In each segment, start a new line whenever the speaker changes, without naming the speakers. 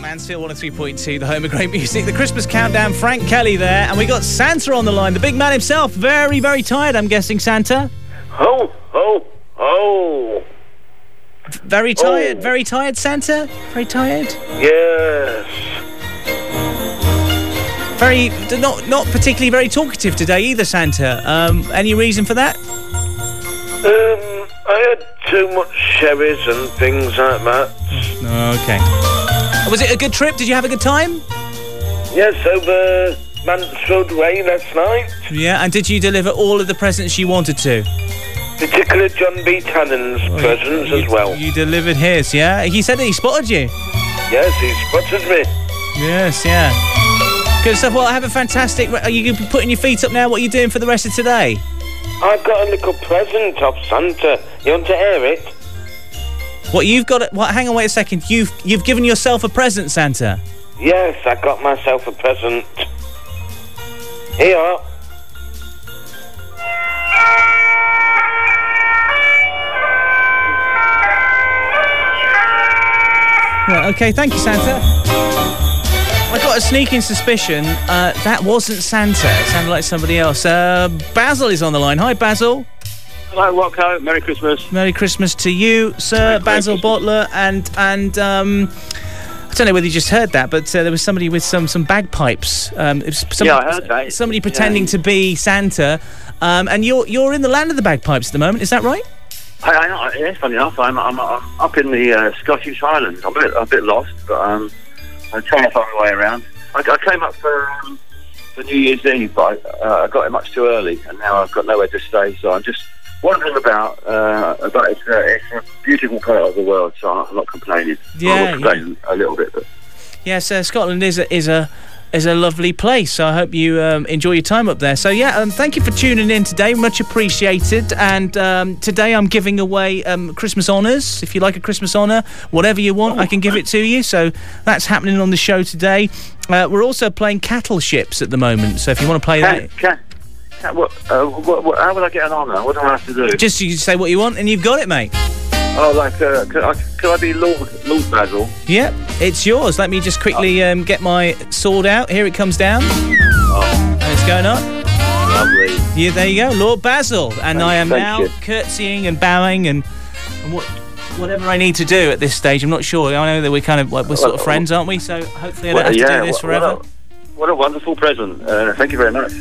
Mansfield 103.2, the home of great music, the Christmas countdown, Frank Kelly there, and we got Santa on the line, the big man himself. Very, very tired, I'm guessing, Santa.
Ho, ho, ho.
Very tired,
Oh.
very tired, Santa. Very tired.
Yes.
Very, d- not not particularly very talkative today either, Santa. Um, any reason for that?
Um, I had too much sherries and things like that.
Okay. Was it a good trip? Did you have a good time?
Yes, over Mansfield Way last night.
Yeah, and did you deliver all of the presents you wanted to?
Particularly John B. Tannen's presents
Oh, You-
as well.
You delivered his, yeah? He said that he spotted you.
Yes, he spotted me.
Yes, yeah. Good stuff. Well, have a fantastic. Are you gonna be putting your feet up now? What are you doing for the rest of today?
I've got a little present off Santa. You want to hear it?
What you've got? What? Hang on, wait a second. You've you've given yourself a present, Santa.
Yes, I got myself a present. Here.
Right, okay, thank you, Santa. I got a sneaking suspicion uh, that wasn't Santa. It sounded like somebody else. Uh, Basil is on the line. Hi, Basil.
Hello, Rocco. Merry Christmas.
Merry Christmas to you, sir, Basil Butler, and and um, I don't know whether you just heard that, but uh, there was somebody with some some bagpipes. Um, it was somebody,
Yeah, I heard that.
Somebody
Yeah.
pretending to be Santa, um, and you're you're in the land of the bagpipes at the moment. Is that right?
I, I, I- yeah, funny enough, I'm, I'm, I'm up in the uh, Scottish Highlands. I'm a bit, a bit lost, but um, I'm trying to find my way around. I, I came up for, um, for New Year's Eve, but I, uh, I got it much too early, and now I've got nowhere to stay, so I'm just wandering about. Uh, about it's, uh, it's a beautiful part of the world, so I'm not complaining.
Yeah,
I will
yeah.
complain a little bit, but
Yes, uh, Scotland is a, is a is a lovely place. So I hope you um, enjoy your time up there. So yeah, um, thank you for tuning in today. Much appreciated. And um, today I'm giving away um, Christmas honours. If you like a Christmas honour, whatever you want, I can give it to you. So that's happening on the show today. Uh, we're also playing cattle ships at the moment. So if you want to play
can,
that,
can, can, what, uh, what, what, how would I get an honour? What do I have to do?
just you say what you want and you've got it, mate.
oh, like uh, could, I, could I be Lord Lord Basil?
Yep, it's yours. Let me just quickly um, get my sword out. Here it comes down.
Oh,
And it's going up.
lovely.
Yeah, there you go, Lord Basil, and
Thank-
I am
thank
now
you.
curtsying and bowing and, and what, whatever I need to do at this stage. I'm not sure. I know that we're kind of like, we're sort of
Well,
friends, aren't we? So hopefully I don't
Well,
have to
yeah,
do this
what- what
forever.
a- What a wonderful present. Uh, thank you very much.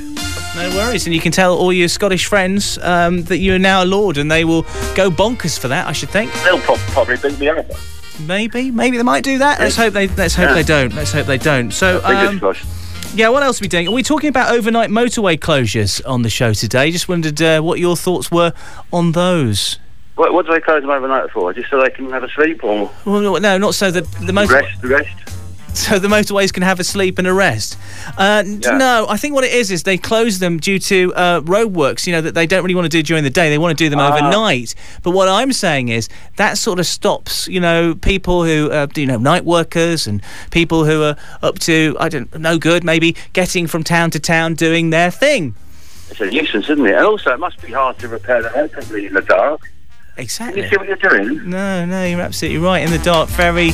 No worries, and you can tell all your Scottish friends um, that you are now a lord, and they will go bonkers for that. I should think.
They'll prob- probably beat me over.
Maybe, maybe they might do that. Let's hope they. Let's hope
Yeah.
they don't. Let's hope they don't. So.
Fingers
Um,
crossed.
Yeah, what else are we doing? Are we talking about overnight motorway closures on the show today? Just wondered uh, what your thoughts were on those.
What, what do they close them overnight for? Just so they can have a sleep or
Well, no, no, not so that the motor-
rest? Rest?
so the motorways can have a sleep and a rest. Uh, n-
Yeah.
No, I think what it is is they close them due to uh, roadworks. You know that they don't really want to do during the day; they want to do
Ah.
them overnight. But what I'm saying is that sort of stops, you know, people who uh, you know night workers and people who are up to I don't no good maybe getting from town to town doing their thing.
It's a nuisance, isn't it? And also, it must be hard to repair the hair company in the dark. Can
Exactly.
you see what you're doing?
No, no, you're absolutely right. In the dark, very,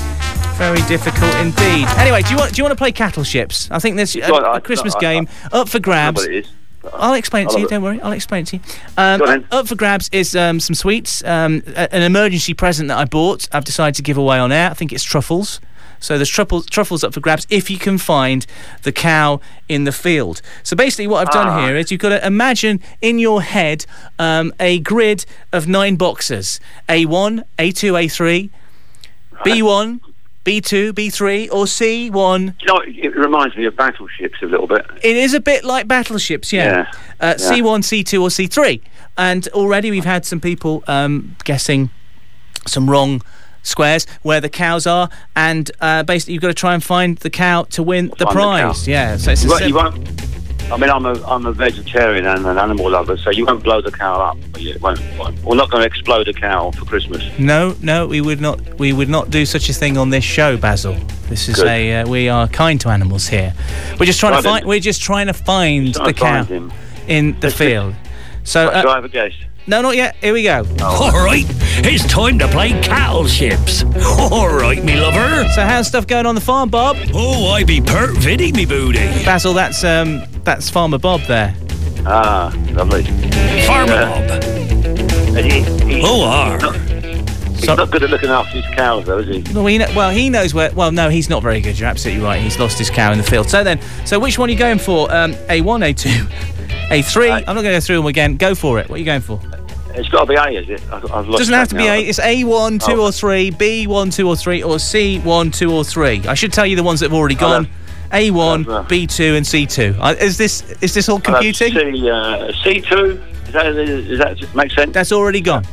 very difficult indeed. Anyway, do you want do you want to play cattle ships? I think this a,
Go on, I-
a Christmas
I- I-
game up for
I know
grabs.
what it is.
I'll explain it to
I'll
you.
have it.
Don't worry. I'll explain it to you. Um,
Go on then.
up for grabs is um, some sweets, um, a- an emergency present that I bought. I've decided to give away on air. I think it's truffles. So there's truffles, truffles up for grabs if you can find the cow in the field. So basically, what I've done
Ah.
here is you've got to imagine in your head um, a grid of nine boxes: A1, A2, A3, B1, B2, B3, or C1,
You know, what? it reminds me of battleships a little bit.
it is a bit like battleships, yeah.
Yeah,
Uh, C1, C2, or C3. And already we've had some people um, guessing some wrong squares where the cows are. And uh, basically, you've got to try and find the cow to win the
Find the cow.
prize. yeah. So it's a
You won't,
sim-
you won't. I mean, I'm a I'm a vegetarian and an animal lover, so you won't blow the cow up. will you? It won't, won't- we're not going to explode a cow for Christmas.
No, no, we would not. We would not do such a thing on this show, Basil. This is
Good.
a. Uh, we are kind to animals here. We're just trying
Right
to
then.
find. We're just trying to find
Trying
the
to
cow
find him.
in the field. So uh,
Do I have a guess?
No, not yet. Here we go.
All right, it's time to play cattle ships. All right, me lover.
So how's stuff going on the farm, Bob?
Oh, I be pert viddy, me booty.
Basil, that's um, that's Farmer Bob there.
Ah, lovely.
Farmer
Yeah.
Bob.
And he, he,
Oh,
ah.
ar.
he's
So-
not good at looking after his cows, though, is he?
Well, he kn- well, he knows where. Well, no, he's not very good. You're absolutely right. He's lost his cow in the field. So then, so which one are you going for? Um, A1, A2, A3.
Right.
I'm not going to go through them again. Go for it. What are you going for?
It's got to be A, is it? I've, I've lost
Doesn't have to
track
be
now.
A. It's A1, 2
Oh.
or 3, B1, 2 or 3, or C1, 2 or 3. I should tell you the ones that have already
I'll
gone. A1,
I'll have, uh,
B2, and C2. Uh, Is this is this all
I'll have
computing?
C, uh, C2. Is that, is that make sense?
That's already gone.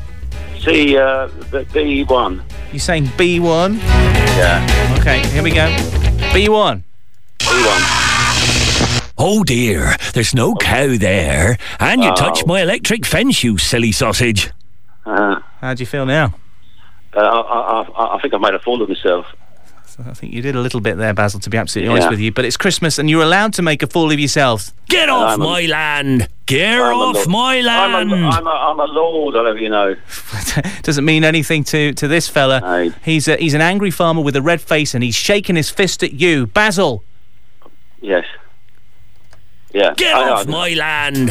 C, uh, B- B1.
You're saying B1?
Yeah,
Okay, here we go. B1.
B1.
Oh dear, there's no cow there. And you
Oh.
touched my electric fence, you silly sausage.
Uh,
How do you feel now?
uh, I, I, I- I think I made a fool of myself.
I think you did a little bit there, Basil, to be absolutely honest
Yeah.
with you. But it's Christmas and you're allowed to make a fool of yourselves.
Get off
I'm a-
my land. Get
I'm a
off
lord.
my
I'm
land.
a, I'm, a, I'm a lord, I don't know if you know.
Doesn't mean anything to, to this fella.
No.
He's, a, he's an angry farmer with a red face and he's shaking his fist at you. Basil,
Yes. Yeah.
Get
I,
off
I,
my land.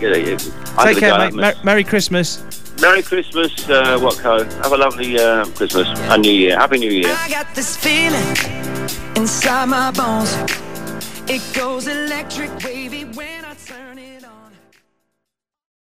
Get it. I'm
take
gonna
care,
go
mate.
home.
Mer- Merry Christmas.
Merry Christmas, uh, Watco. Have a lovely uh, Christmas and New Year. Happy New Year.
I got this feeling inside my bones. It goes electric wavy when